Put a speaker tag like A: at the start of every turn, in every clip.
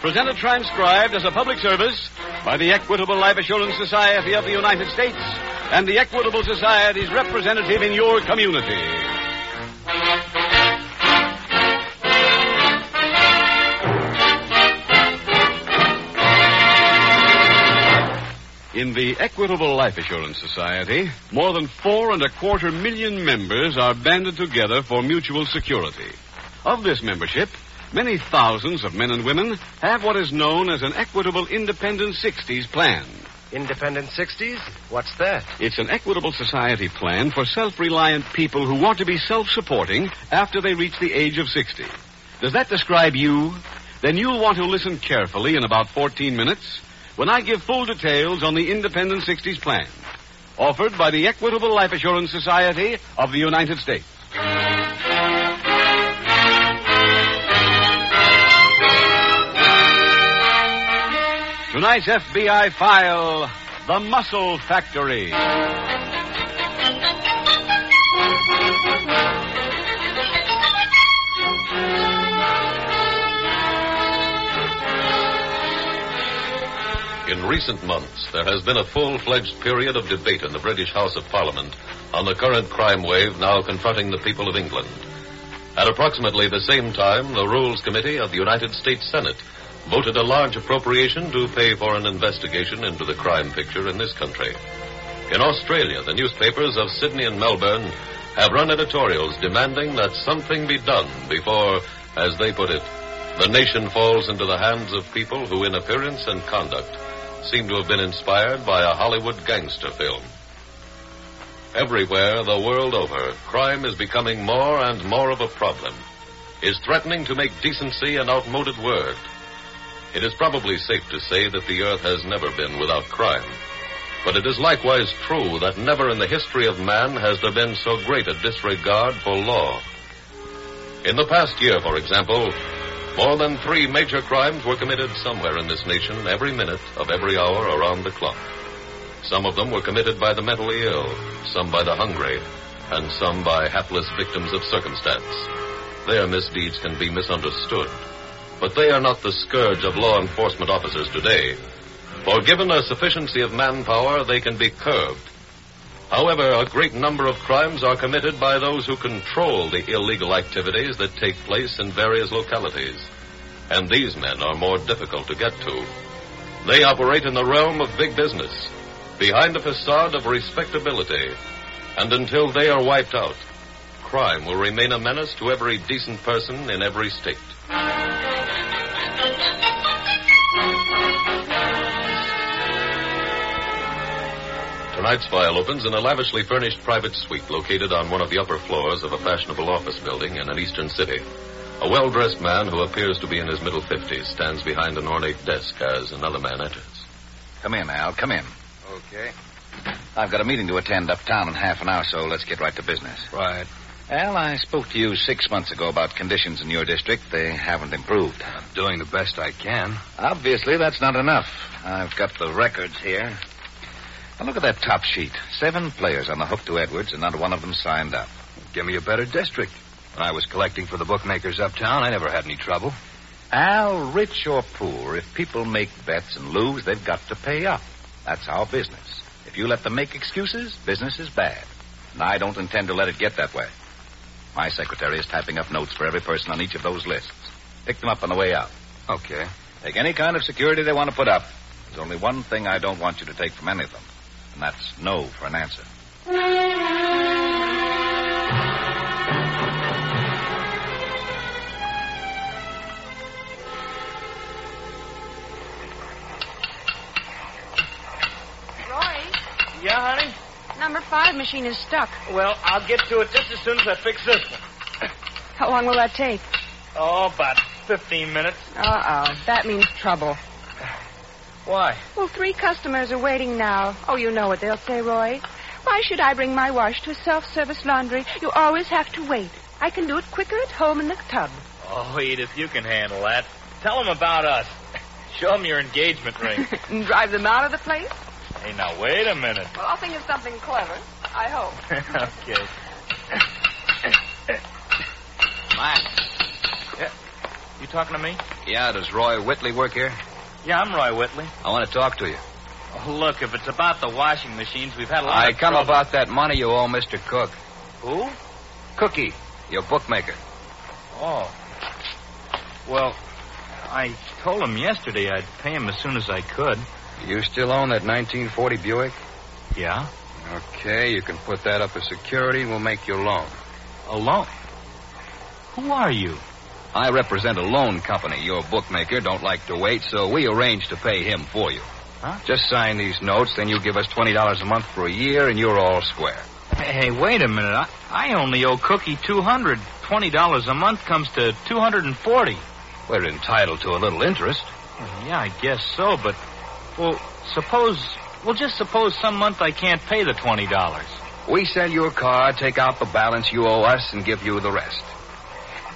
A: Presented transcribed as a public service by the Equitable Life Assurance Society of the United States and the Equitable Society's representative in your community. In the Equitable Life Assurance Society, more than four and a quarter million members are banded together for mutual security. Of this membership, many thousands of men and women have what is known as an Equitable Independent 60s plan.
B: Independent 60s? What's that?
A: It's an equitable society plan for self-reliant people who want to be self-supporting after they reach the age of 60. Does that describe you? Then you'll want to listen carefully in about 14 minutes when I give full details on the Independent 60s plan, offered by the Equitable Life Assurance Society of the United States. Tonight's FBI file, The Muscle Factory.
C: In recent months, there has been a full fledged period of debate in the British House of Parliament on the current crime wave now confronting the people of England. At approximately the same time, the Rules Committee of the United States Senate voted a large appropriation to pay for an investigation into the crime picture in this country. In Australia, the newspapers of Sydney and Melbourne have run editorials demanding that something be done before, as they put it, the nation falls into the hands of people who, in appearance and conduct, seem to have been inspired by a Hollywood gangster film. Everywhere, the world over, crime is becoming more and more of a problem, is threatening to make decency an outmoded word. It is probably safe to say that the earth has never been without crime. But it is likewise true that never in the history of man has there been so great a disregard for law. In the past year, for example, more than three major crimes were committed somewhere in this nation every minute of every hour around the clock. Some of them were committed by the mentally ill, some by the hungry, and some by hapless victims of circumstance. Their misdeeds can be misunderstood, but they are not the scourge of law enforcement officers today. For given a sufficiency of manpower, they can be curbed. However, a great number of crimes are committed by those who control the illegal activities that take place in various localities. And these men are more difficult to get to. They operate in the realm of big business, behind a facade of respectability. And until they are wiped out, crime will remain a menace to every decent person in every state. Tonight's file opens in a lavishly furnished private suite located on one of the upper floors of a fashionable office building in an eastern city. A well dressed man who appears to be in his middle 50s stands behind an ornate desk as another man enters.
D: Come in, Al. Come in.
B: Okay.
D: I've got a meeting to attend uptown in half an hour, so let's get right to business.
B: Right.
D: Al, I spoke to you six months ago about conditions in your district. They haven't improved.
B: I'm doing the best I can.
D: Obviously, that's not enough. I've got the records here. Now, look at that top sheet. Seven players on the hook to Edwards, and not one of them signed up.
B: Give me a better district. When I was collecting for the bookmakers uptown, I never had any trouble.
D: Al, rich or poor, if people make bets and lose, they've got to pay up. That's our business. If you let them make excuses, business is bad. And I don't intend to let it get that way. My secretary is typing up notes for every person on each of those lists. Pick them up on the way out.
B: Okay.
D: Take any kind of security they want to put up. There's only one thing I don't want you to take from any of them, and that's no for an answer.
E: Roy,
F: Yeah, honey?
E: number five machine is stuck.
F: Well, I'll get to it just as soon as I fix this one.
E: How long will that take?
F: Oh, about 15 minutes.
E: Uh oh. That means trouble.
D: Why?
E: Well, three customers are waiting now. Oh, you know what they'll say, Roy. Why should I bring my wash to a self-service laundry? You always have to wait. I can do it quicker at home in the tub.
D: Oh, Edith, you can handle that. Tell them about us. Show them your engagement ring.
E: and drive them out of the place?
D: hey, now, wait a minute.
E: Well, I'll think of something clever. I hope.
D: okay.
C: Matt.
D: You talking to me?
C: Yeah, does Roy Whitley work here?
D: Yeah, I'm Roy Whitley.
C: I want to talk to you.
D: Oh, look, if it's about the washing machines, we've had a lot
C: I
D: of
C: come
D: trouble.
C: about that money you owe Mr. Cook.
D: Who?
C: Cookie, your bookmaker.
D: Oh. Well, I told him yesterday I'd pay him as soon as I could.
C: You still own that 1940 Buick?
D: Yeah?
C: Okay, you can put that up as security and we'll make you a loan.
D: Alone? Who are you?
C: I represent a loan company. Your bookmaker don't like to wait, so we arrange to pay him for you.
D: Huh?
C: Just sign these notes, then you give us $20 a month for a year, and you're all square.
D: Hey, wait a minute. I, I only owe Cookie two hundred twenty dollars a month comes to two hundred and forty.
C: We're entitled to a little interest.
D: Yeah, I guess so, but well suppose well just suppose some month I can't pay the twenty dollars.
C: We sell your car, take out the balance you owe us, and give you the rest.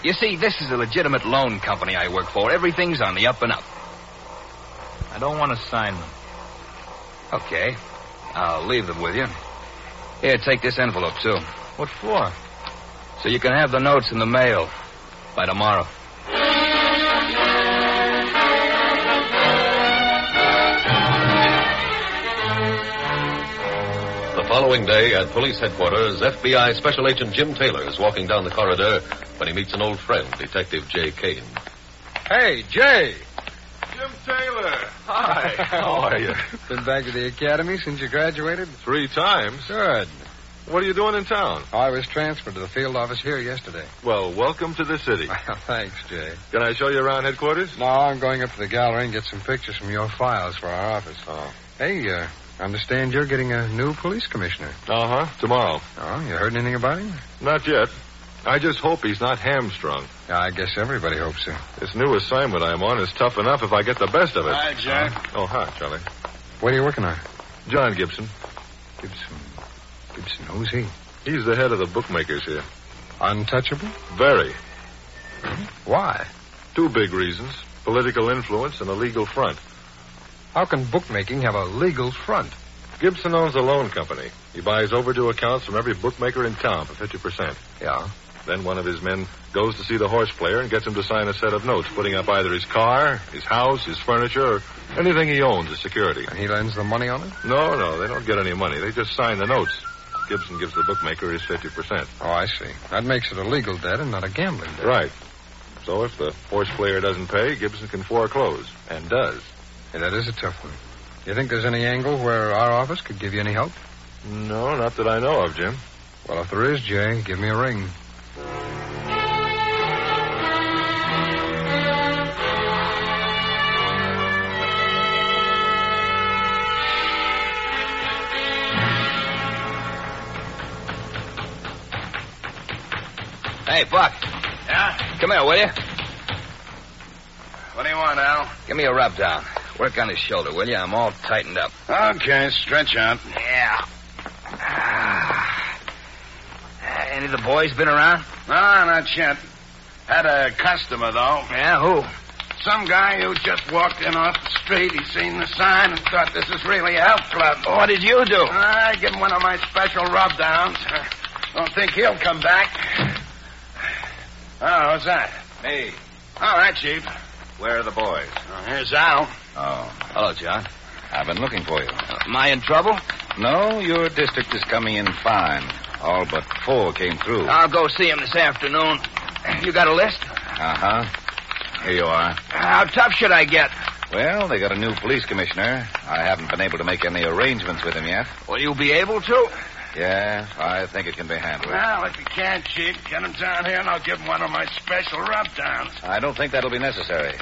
C: You see, this is a legitimate loan company I work for. Everything's on the up and up.
D: I don't want to sign them.
C: Okay. I'll leave them with you. Here, take this envelope, too.
D: What for?
C: So you can have the notes in the mail by tomorrow.
A: The following day at police headquarters, FBI Special Agent Jim Taylor is walking down the corridor when he meets an old friend, Detective Jay Kane.
G: Hey, Jay.
H: Jim Taylor.
G: Hi. How are you?
C: Been back to the academy since you graduated?
G: Three times.
C: Good.
G: What are you doing in town?
C: I was transferred to the field office here yesterday.
G: Well, welcome to the city.
C: Well, thanks, Jay.
G: Can I show you around headquarters?
C: No, I'm going up to the gallery and get some pictures from your files for our office.
G: Oh.
C: Hey, uh, understand you're getting a new police commissioner.
G: Uh huh. Tomorrow.
C: Oh, you heard anything about him?
G: Not yet. I just hope he's not hamstrung.
C: Yeah, I guess everybody hopes so.
G: This new assignment I'm on is tough enough if I get the best of it.
D: Hi, Jack.
G: Oh, hi, Charlie.
C: What are you working on?
G: John Gibson.
C: Gibson. Gibson, who's he?
G: He's the head of the bookmakers here.
C: Untouchable?
G: Very.
C: Why?
G: Two big reasons political influence and a legal front.
C: How can bookmaking have a legal front?
G: Gibson owns a loan company. He buys overdue accounts from every bookmaker in town for 50%.
C: Yeah.
G: Then one of his men goes to see the horse player and gets him to sign a set of notes, putting up either his car, his house, his furniture, or anything he owns as security.
C: And he lends the money on it?
G: No, no, they don't get any money. They just sign the notes. Gibson gives the bookmaker his 50%.
C: Oh, I see. That makes it a legal debt and not a gambling debt.
G: Right. So if the horse player doesn't pay, Gibson can foreclose, and does.
C: Yeah, that is a tough one. You think there's any angle where our office could give you any help?
G: No, not that I know of, Jim.
C: Well, if there is, Jay, give me a ring.
I: Hey, Buck,
D: Yeah?
I: come here, will you?
C: What do you want, Al?
I: Give me a rub down. Work on his shoulder, will you? I'm all tightened up.
C: Okay, stretch out.
I: Yeah. any of the boys been around?
C: No, not yet. Had a customer, though.
I: Yeah, who?
C: Some guy who just walked in off the street. He seen the sign and thought this is really a health club.
I: What did you do?
C: I give him one of my special rub downs. Don't think he'll come back. Oh, who's that?
I: Me.
C: All right, Chief.
I: Where are the boys?
C: Oh, here's Al.
I: Oh. Hello, John. Uh,
C: I've been looking for you.
I: Am I in trouble?
C: No, your district is coming in fine. All but four came through.
I: I'll go see him this afternoon. You got a list?
C: Uh huh. Here you are.
I: How tough should I get?
C: Well, they got a new police commissioner. I haven't been able to make any arrangements with him yet.
I: Will you be able to?
C: Yeah, I think it can be
I: Uh.
C: handled.
J: Well, if you can't, Chief, get him down here and I'll give him one of my special rub downs.
C: I don't think that'll be necessary.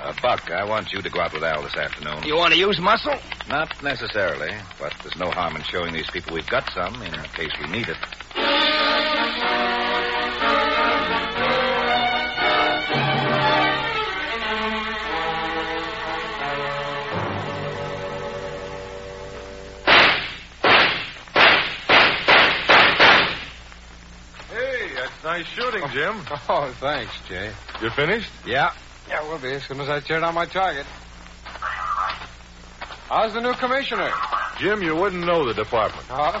C: Uh, Buck, I want you to go out with Al this afternoon.
I: You want to use muscle?
C: Not necessarily, but there's no harm in showing these people we've got some in case we need it. Nice shooting, Jim.
K: Oh, thanks, Jay.
C: You finished?
K: Yeah? Yeah, we'll be as soon as I turn on my target. How's the new commissioner?
C: Jim, you wouldn't know the department.
K: Huh?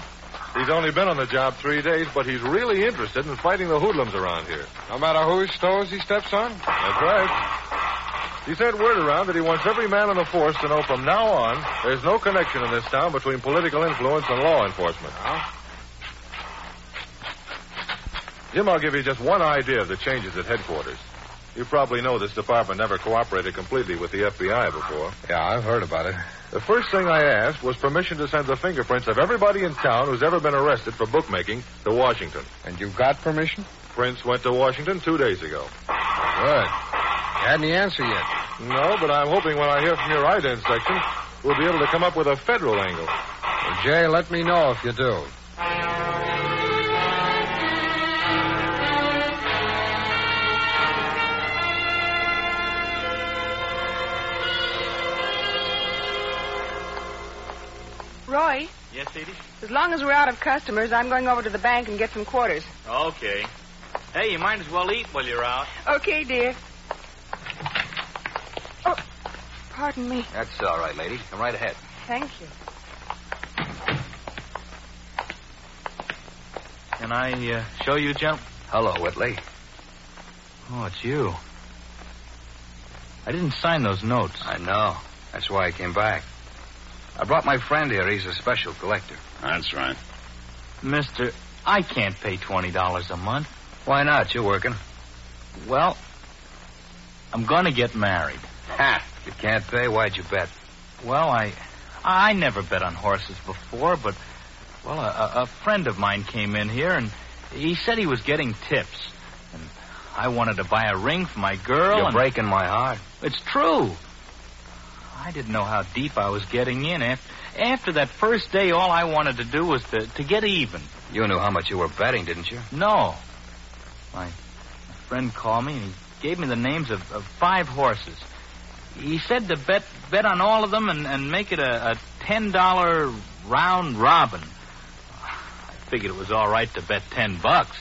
C: He's only been on the job three days, but he's really interested in fighting the hoodlums around here.
K: No matter whose toes he steps on?
C: That's right. He sent word around that he wants every man in the force to know from now on there's no connection in this town between political influence and law enforcement. Jim, I'll give you just one idea of the changes at headquarters. You probably know this department never cooperated completely with the FBI before.
K: Yeah, I've heard about it.
C: The first thing I asked was permission to send the fingerprints of everybody in town who's ever been arrested for bookmaking to Washington.
K: And you got permission?
C: Prince went to Washington two days ago.
K: Good. You had any answer yet?
C: No, but I'm hoping when I hear from your ident section, we'll be able to come up with a federal angle.
K: Well, Jay, let me know if you do.
E: Roy,
D: Yes, Edie?
E: as long as we're out of customers, I'm going over to the bank and get some quarters.
D: Okay. Hey, you might as well eat while you're out.
E: Okay, dear. Oh, pardon me.
L: That's all right, lady. Come right ahead.
E: Thank you.
D: Can I uh, show you, Jump?
L: Hello, Whitley.
D: Oh, it's you. I didn't sign those notes.
L: I know. That's why I came back. I brought my friend here. He's a special collector.
M: That's right.
D: Mister, I can't pay $20 a month.
L: Why not? You're working.
D: Well, I'm going to get married.
L: Ha! You can't pay? Why'd you bet?
D: Well, I I never bet on horses before, but well, a- a, a friend of mine came in here and he said he was getting tips, and I wanted to buy a ring for my girl.
L: You're
D: and
L: breaking my heart.
D: It's true. I didn't know how deep I was getting in. After, after that first day, all I wanted to do was to, to get even.
L: You knew how much you were betting, didn't you?
D: No. My, my friend called me and he gave me the names of, of five horses. He said to bet bet on all of them and, and make it a, a ten dollar round robin. I figured it was all right to bet ten bucks.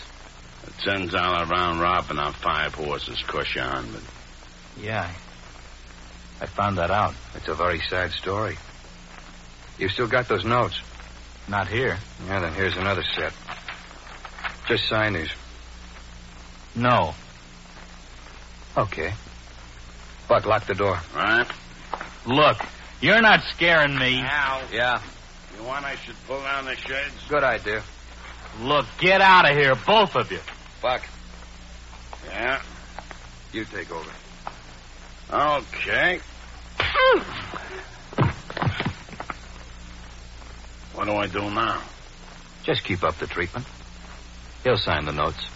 M: A ten dollar round robin on five horses cush you on, but
D: Yeah. I, I found that out.
L: It's a very sad story. You still got those notes.
D: Not here.
L: Yeah, then here's another set. Just sign these.
D: No.
L: Okay. Buck, lock the door.
M: all right.
D: Look, you're not scaring me.
M: Now,
L: Yeah.
M: you want I should pull down the shades?
L: Good idea.
D: Look, get out of here, both of you.
L: Buck,
M: Yeah.
L: you take over.
M: Okay. What do I do now?
L: Just keep up the treatment. He'll sign the notes.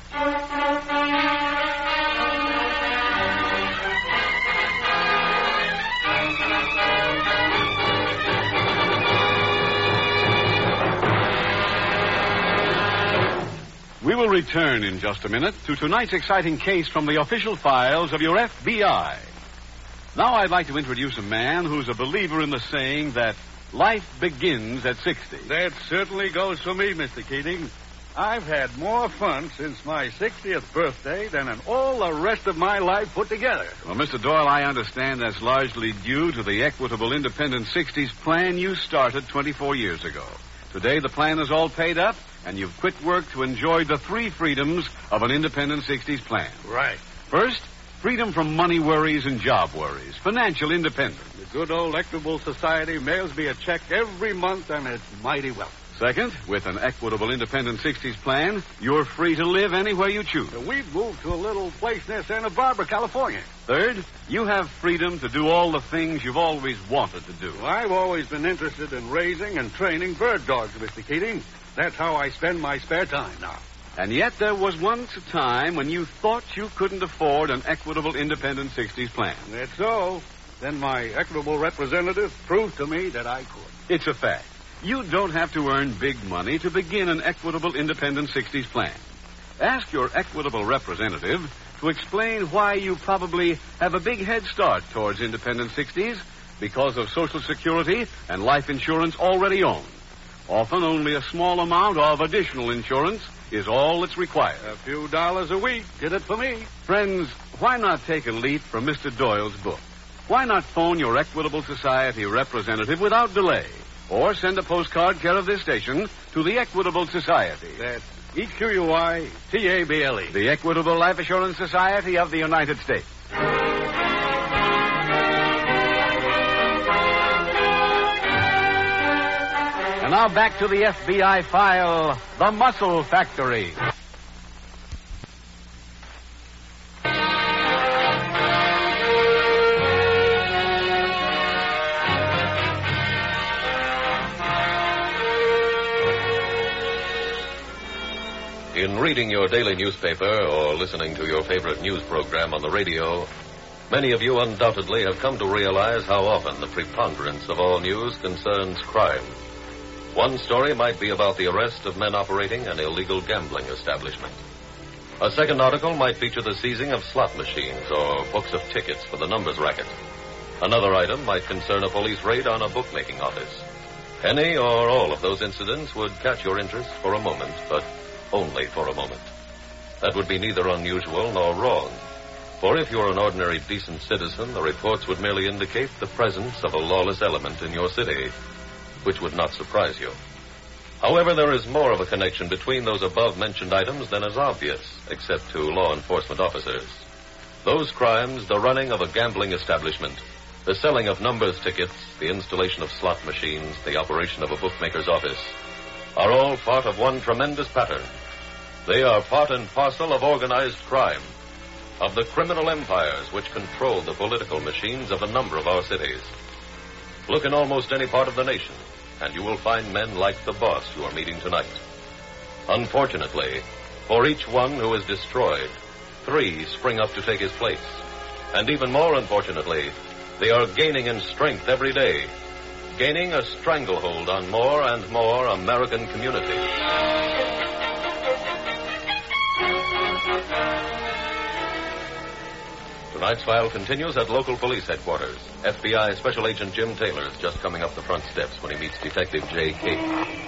A: We will return in just a minute to tonight's exciting case from the official files of your FBI. Now I'd like to introduce a man who's a believer in the saying that life begins at 60.
M: That certainly goes for me, Mr. Keating. I've had more fun since my 60th birthday than in all the rest of my life put together.
A: Well, Mr. Doyle, I understand that's largely due to the Equitable Independent 60s plan you started 24 years ago. Today, the plan is all paid up, and you've quit work to enjoy the three freedoms of an Independent 60s plan.
M: Right.
A: First, freedom from money worries and job worries, financial independence.
M: The good old Equitable Society mails me a check every month, and it's mighty welcome.
A: Second, with an Equitable Independent 60s plan, you're free to live anywhere you choose.
M: We've moved to a little place near Santa Barbara, California.
A: Third, you have freedom to do all the things you've always wanted to do.
M: I've always been interested in raising and training bird dogs, Mr. Keating. That's how I spend my spare time now.
A: And yet there was once a time when you thought you couldn't afford an equitable independent 60s plan.
M: That's so. Then my equitable representative proved to me that I could.
A: It's a fact. You don't have to earn big money to begin an equitable independent 60s plan. Ask your equitable representative to explain why you probably have a big head start towards independent 60s because of Social Security and life insurance already owned.
N: Often only a small amount of additional insurance is all that's required. A few dollars a week did it for me. Friends, why not take a leaf from Mr. Doyle's book? Why not phone your Equitable Society representative without delay? Or send a postcard care of this station to the Equitable Society. That's E Q U I T A B L E. The Equitable Life Assurance Society of the United States. And now back to the FBI file The Muscle Factory.
A: In reading your daily newspaper or listening to your favorite news program on the radio, many of you undoubtedly have come to realize how often the preponderance of all news concerns crime. One story might be about the arrest of men operating an illegal gambling establishment. A second article might feature the seizing of slot machines or books of tickets for the numbers racket. Another item might concern a police raid on a bookmaking office. Any or all of those incidents would catch your interest for a moment, but only for a moment. That would be neither unusual nor wrong. For if you're an ordinary decent citizen, the reports would merely indicate the presence of a lawless element in your city, which would not surprise you. However, there is more of a connection between those above mentioned items than is obvious, except to law enforcement officers. Those crimes, the running of a gambling establishment, the selling of numbers tickets, the installation of slot machines, the operation of a bookmaker's office, are all part of one tremendous pattern. They are part and parcel of organized crime, of the criminal empires which control the political machines of a number of our cities. Look in almost any part of the nation, and you will find men like the boss you are meeting tonight. Unfortunately, for each one who is destroyed, three spring up to take his place. And even more unfortunately, they are gaining in strength every day, gaining a stranglehold on more and more American communities. Tonight's file continues at local police headquarters. FBI Special Agent Jim Taylor is just coming up the front steps when he meets Detective J. Cate.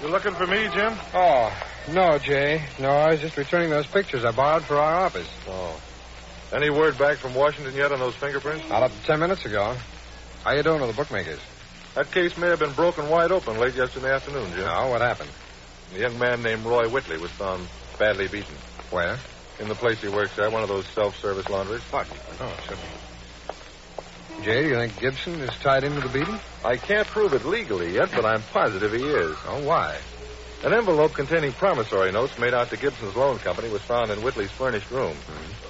C: You looking for me, Jim?
O: Oh, no, Jay. No, I was just returning those pictures I borrowed for our office.
C: Oh. Any word back from Washington yet on those fingerprints?
O: Not up to ten minutes ago. How you doing with the bookmakers?
C: That case may have been broken wide open late yesterday afternoon, Jim.
O: No, Oh, what happened?
C: A young man named Roy Whitley was found badly beaten
O: Where?
C: in the place he works at, one of those self-service laundries.
O: Oh, should be. Jay, do you think Gibson is tied into the beating?
C: I can't prove it legally yet, but I'm positive he is.
O: Oh, why?
C: An envelope containing promissory notes made out to Gibson's loan company was found in Whitley's furnished room.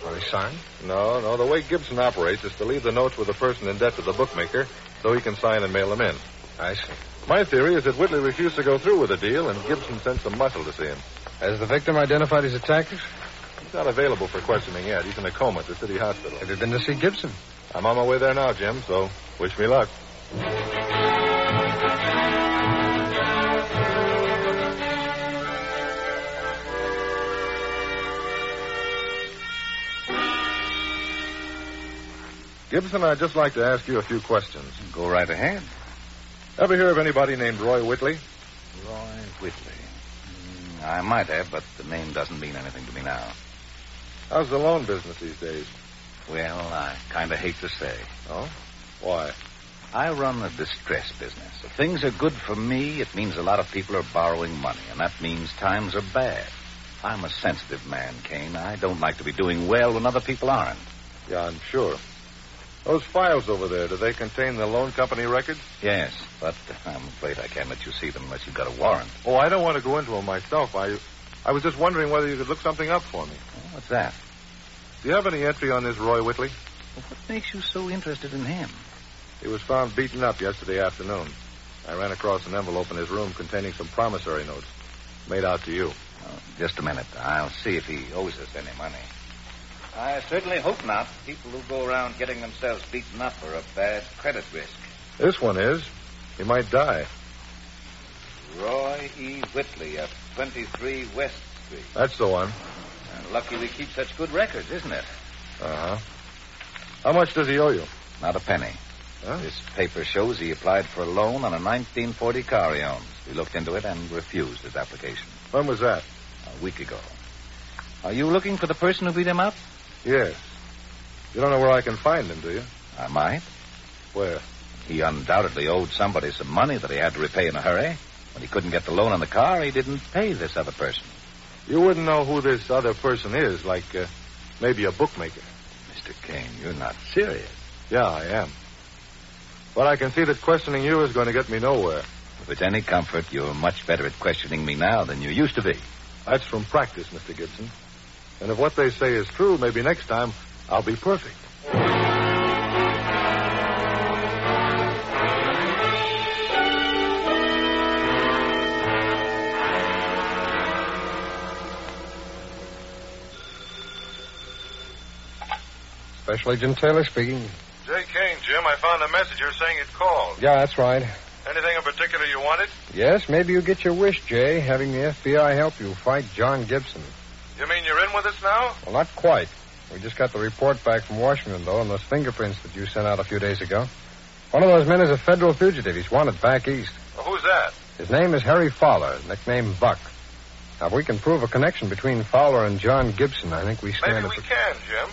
O: Are they Hmm. signed?
C: No, no, the way Gibson operates is to leave the notes with the person in debt to the bookmaker so he can sign and mail them in.
O: I see.
C: My theory is that Whitley refused to go through with the deal, and Gibson sent some muscle to see him.
O: Has the victim identified his attackers?
C: He's not available for questioning yet. He's in a coma at the city hospital.
O: Have you been to see Gibson?
C: I'm on my way there now, Jim, so wish me luck. Gibson, I'd just like to ask you a few questions.
D: Go right ahead.
C: Ever hear of anybody named Roy Whitley?
D: Roy Whitley. Hmm, I might have, but the name doesn't mean anything to me now.
C: How's the loan business these days?
D: Well, I kind of hate to say.
C: Oh? Why?
D: I run a distress business. If things are good for me, it means a lot of people are borrowing money, and that means times are bad. I'm a sensitive man, Kane. I don't like to be doing well when other people aren't.
C: Yeah, I'm sure. Those files over there, do they contain the loan company records?
D: Yes, but I'm afraid I can't let you see them unless you've got a warrant.
C: Oh, I don't want to go into them myself. I, I was just wondering whether you could look something up for me.
D: What's that?
C: Do you have any entry on this Roy Whitley?
D: What makes you so interested in him?
C: He was found beaten up yesterday afternoon. I ran across an envelope in his room containing some promissory notes made out to you.
D: Oh, just a minute. I'll see if he owes us any money. I certainly hope not. People who go around getting themselves beaten up are a bad credit risk.
C: This one is. He might die.
D: Roy E. Whitley of 23 West Street.
C: That's the one.
D: And lucky we keep such good records, isn't it?
C: Uh huh. How much Uh-huh. does he owe you?
D: Not a penny.
P: This paper shows he applied for a loan on a 1940 car he owns. We looked into it and refused his application
L: When was that?
P: a week ago. Are you looking for the person who beat him up?
L: Yes. You don't know where I can find him, do you?
P: I might.
L: Where?
P: He undoubtedly owed somebody some money that he had to repay in a hurry. When he couldn't get the loan on the car, he didn't pay this other person.
L: You wouldn't know who this other person is, like uh, maybe a bookmaker.
P: Mr. Kane, you're not serious.
L: Yeah, I am. But I can see that questioning you is going to get me nowhere.
P: If it's any comfort, you're much better at questioning me now than you used to be.
L: That's from practice, Mr. Gibson. And if what they say is true, maybe next time I'll be perfect.
C: Special Agent Taylor speaking.
L: Jay Kane, Jim, I found a message here saying you'd called.
C: Yeah, that's right.
L: Anything in particular you wanted?
C: Yes, maybe you get your wish, Jay, having the FBI help you fight John Gibson.
L: You mean you're in with us now?
C: Well, not quite. We just got the report back from Washington, though, and those fingerprints that you sent out a few days ago. One of those men is a federal fugitive. He's wanted back east.
L: Well, who's that?
C: His name is Harry Fowler, nicknamed Buck. Now, if we can prove a connection between Fowler and John Gibson, I think we stand
L: Maybe
C: a
L: we
C: pr-
L: can, Jim.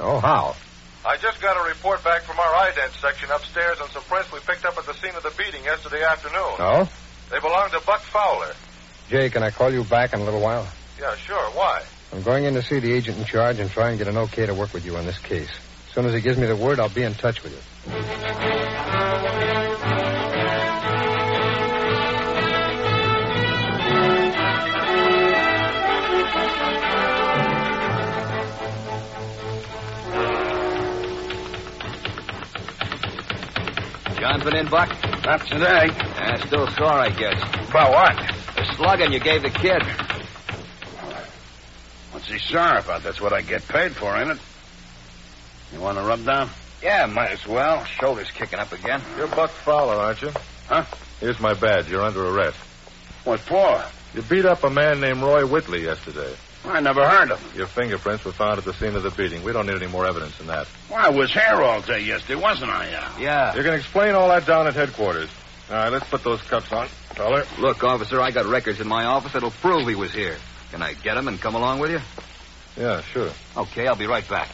C: Oh, how?
L: I just got a report back from our ident section upstairs on some prints we picked up at the scene of the beating yesterday afternoon.
C: Oh?
L: They belong to Buck Fowler.
C: Jay, can I call you back in a little while?
L: Yeah, sure. Why?
C: I'm going in to see the agent in charge and try and get an okay to work with you on this case. As soon as he gives me the word, I'll be in touch with you.
A: John's been in, Buck?
P: Not today.
A: Yeah, Eh, still sore, I guess.
P: About what?
A: The slugging you gave the kid.
P: What's he sorry about? That's what I get paid for, ain't it? You want to rub down?
A: Yeah, might as well. Shoulder's kicking up again.
L: You're Buck Fowler, aren't you?
A: Huh?
L: Here's my badge. You're under arrest.
A: What for?
L: You beat up a man named Roy Whitley yesterday.
A: I never heard of him.
L: Your fingerprints were found at the scene of the beating. We don't need any more evidence than that.
A: Why, I was here all day yesterday, wasn't I? Yeah.
L: You can explain all that down at headquarters. All right, let's put those cuffs on, Fowler.
A: Look, officer, I got records in my office that'll prove he was here. Can I get him and come along with you?
L: Yeah, sure.
A: Okay, I'll be right back.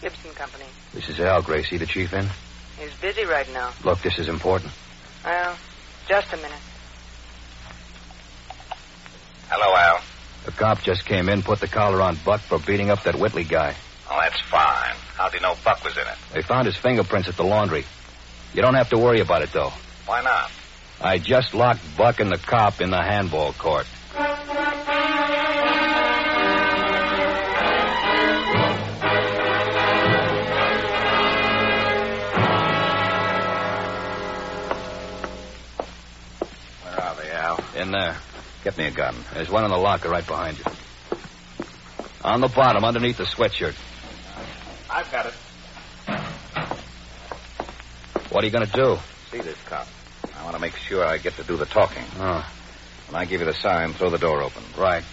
E: Gibson Company.
A: This is Al Gracie, the chief in.
E: He's busy right now.
A: Look, this is important.
E: Well, just a minute.
A: Hello, Al. The cop just came in, put the collar on Buck for beating up that Whitley guy.
P: Oh, that's fine. How'd you know Buck was in it?
A: They found his fingerprints at the laundry. You don't have to worry about it, though.
P: Why not?
A: I just locked Buck and the cop in the handball court.
P: Where are they, Al?
A: In there. Get me a gun. There's one in the locker right behind you. On the bottom, underneath the sweatshirt.
P: I've got it.
A: What are you going to do?
P: See this cop. I want to make sure I get to do the talking.
A: Oh,
P: When I give you the sign, throw the door open.
A: right.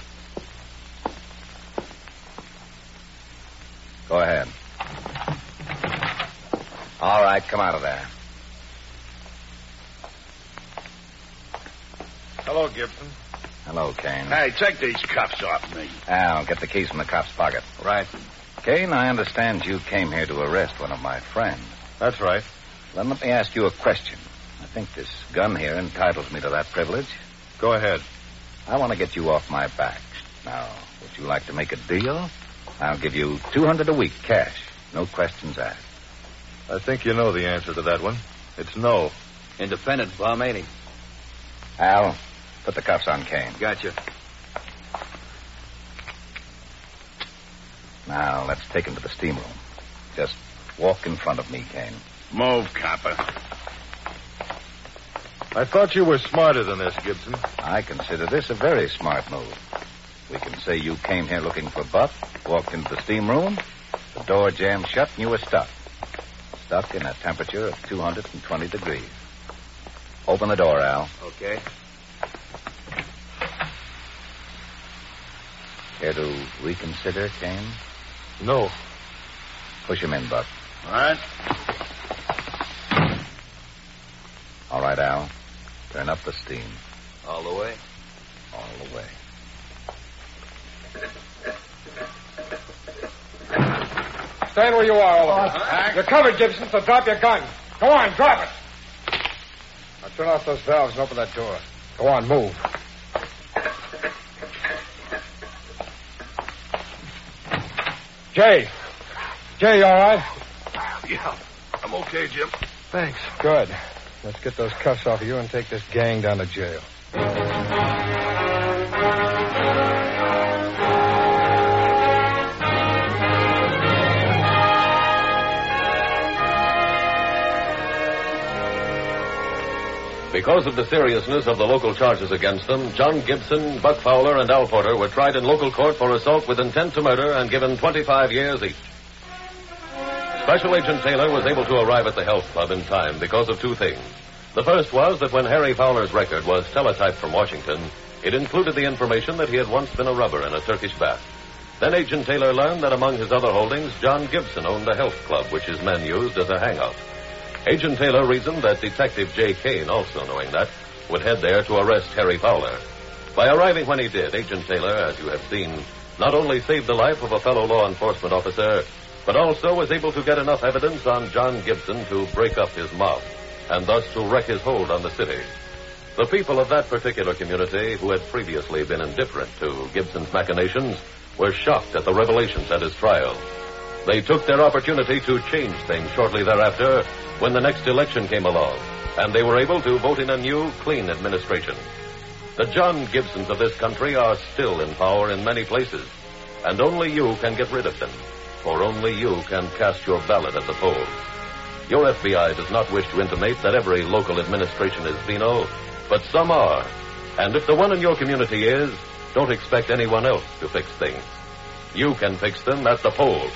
P: Go ahead. All right, come out of there.
L: Hello, Gibson.
P: Hello, Kane.
A: Hey, take these cuffs off me.
P: Al, get the keys from the cop's pocket.
A: Right.
P: Kane, I understand you came here to arrest one of my friends.
L: That's right.
P: Then let me ask you a question. I think this gun here entitles me to that privilege.
L: Go ahead.
P: I want to get you off my back. Now, would you like to make a deal? I'll give you 200 a week cash. No questions asked.
L: I think you know the answer to that one. It's no.
A: Independent bum, ain't he?
P: Al, put the cuffs on Kane.
A: Gotcha.
P: Now, let's take him to the steam room. Just walk in front of me, Kane.
A: Move, copper.
L: I thought you were smarter than this, Gibson.
P: I consider this a very smart move. We can say you came here looking for Buck, walked into the steam room, the door jammed shut, and you were stuck. Stuck in a temperature of 220 degrees. Open the door, Al.
Q: Okay.
P: Care to reconsider, Kane?
R: No.
P: Push him in, Buck.
Q: All right.
P: All right, Al. Turn up the steam
Q: All the way.
P: all the way.
C: Stand where you are, Oliver. You're covered, Gibson, so drop your gun. Go on, drop it. Now turn off those valves and open that door. Go on, move. Jay. Jay, you all right?
R: Yeah. I'm okay, Jim.
C: Thanks. Good. Let's get those cuffs off of you and take this gang down to jail.
S: Because of the seriousness of the local charges against them, John Gibson, Buck Fowler, and Al Porter were tried in local court for assault with intent to murder and given 25 years each. Special Agent Taylor was able to arrive at the health club in time because of two things. The first was that when Harry Fowler's record was teletyped from Washington, it included the information that he had once been a rubber in a Turkish bath. Then Agent Taylor learned that among his other holdings, John Gibson owned a health club which his men used as a hangout. Agent Taylor reasoned that Detective J. Kane, also knowing that, would head there to arrest Harry Fowler. By arriving when he did, Agent Taylor, as you have seen, not only saved the life of a fellow law enforcement officer, but also was able to get enough evidence on John Gibson to break up his mob, and thus to wreck his hold on the city. The people of that particular community, who had previously been indifferent to Gibson's machinations, were shocked at the revelations at his trial. They took their opportunity to change things shortly thereafter when the next election came along, and they were able to vote in a new, clean administration. The John Gibsons of this country are still in power in many places, and only you can get rid of them, for only you can cast your ballot at the polls. Your FBI does not wish to intimate that every local administration is venal, but some are. And if the one in your community is, don't expect anyone else to fix things. You can fix them at the polls.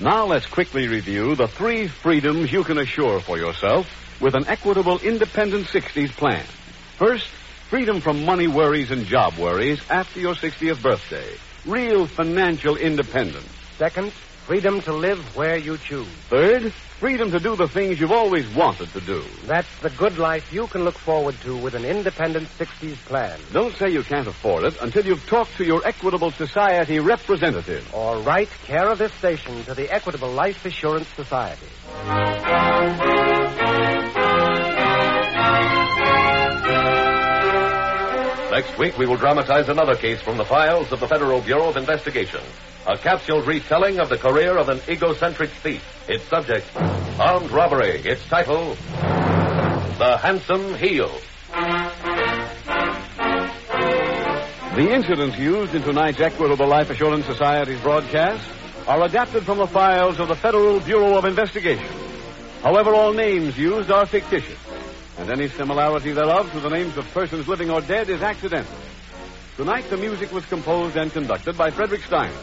A: Now let's quickly review the three freedoms you can assure for yourself with an equitable independent 60s plan. First, freedom from money worries and job worries after your 60th birthday. Real financial independence.
D: Second, freedom to live where you choose.
A: Third, freedom to do the things you've always wanted to do.
D: That's the good life you can look forward to with an independent 60s plan.
A: Don't say you can't afford it until you've talked to your Equitable Society representative.
D: Or write care of this station to the Equitable Life Assurance Society.
S: Next week, we will dramatize another case from the files of the Federal Bureau of Investigation. A capsule retelling of the career of an egocentric thief. Its subject, armed robbery. Its title, The Handsome Heel.
A: The incidents used in tonight's Equitable Life Assurance Society's broadcast are adapted from the files of the Federal Bureau of Investigation. However, all names used are fictitious, and any similarity thereof to the names of persons living or dead is accidental. Tonight, the music was composed and conducted by Frederick Steiner.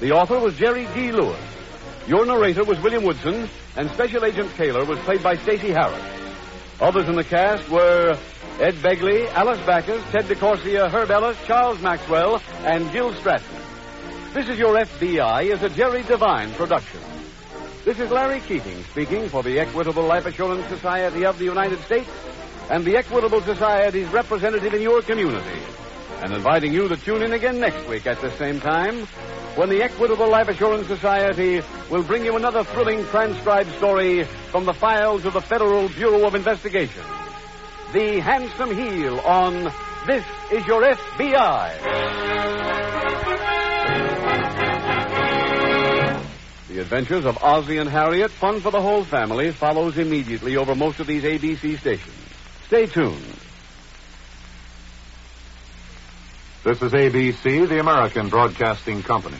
A: The author was Jerry D. Lewis. Your narrator was William Woodson, and Special Agent Taylor was played by Stacey Harris. Others in the cast were Ed Begley, Alice Backus, Ted DeCorsia, Herb Ellis, Charles Maxwell, and Gil Stratton. This is Your FBI is a Jerry Devine production. This is Larry Keating speaking for the Equitable Life Assurance Society of the United States and the Equitable Society's representative in your community. And inviting you to tune in again next week at the same time when the Equitable Life Assurance Society will bring you another thrilling transcribed story from the files of the Federal Bureau of Investigation. The Handsome Heel on This Is Your FBI. The Adventures of Ozzie and Harriet, fun for the whole family, follows immediately over most of these ABC stations. Stay tuned.
C: This is ABC, the American Broadcasting Company.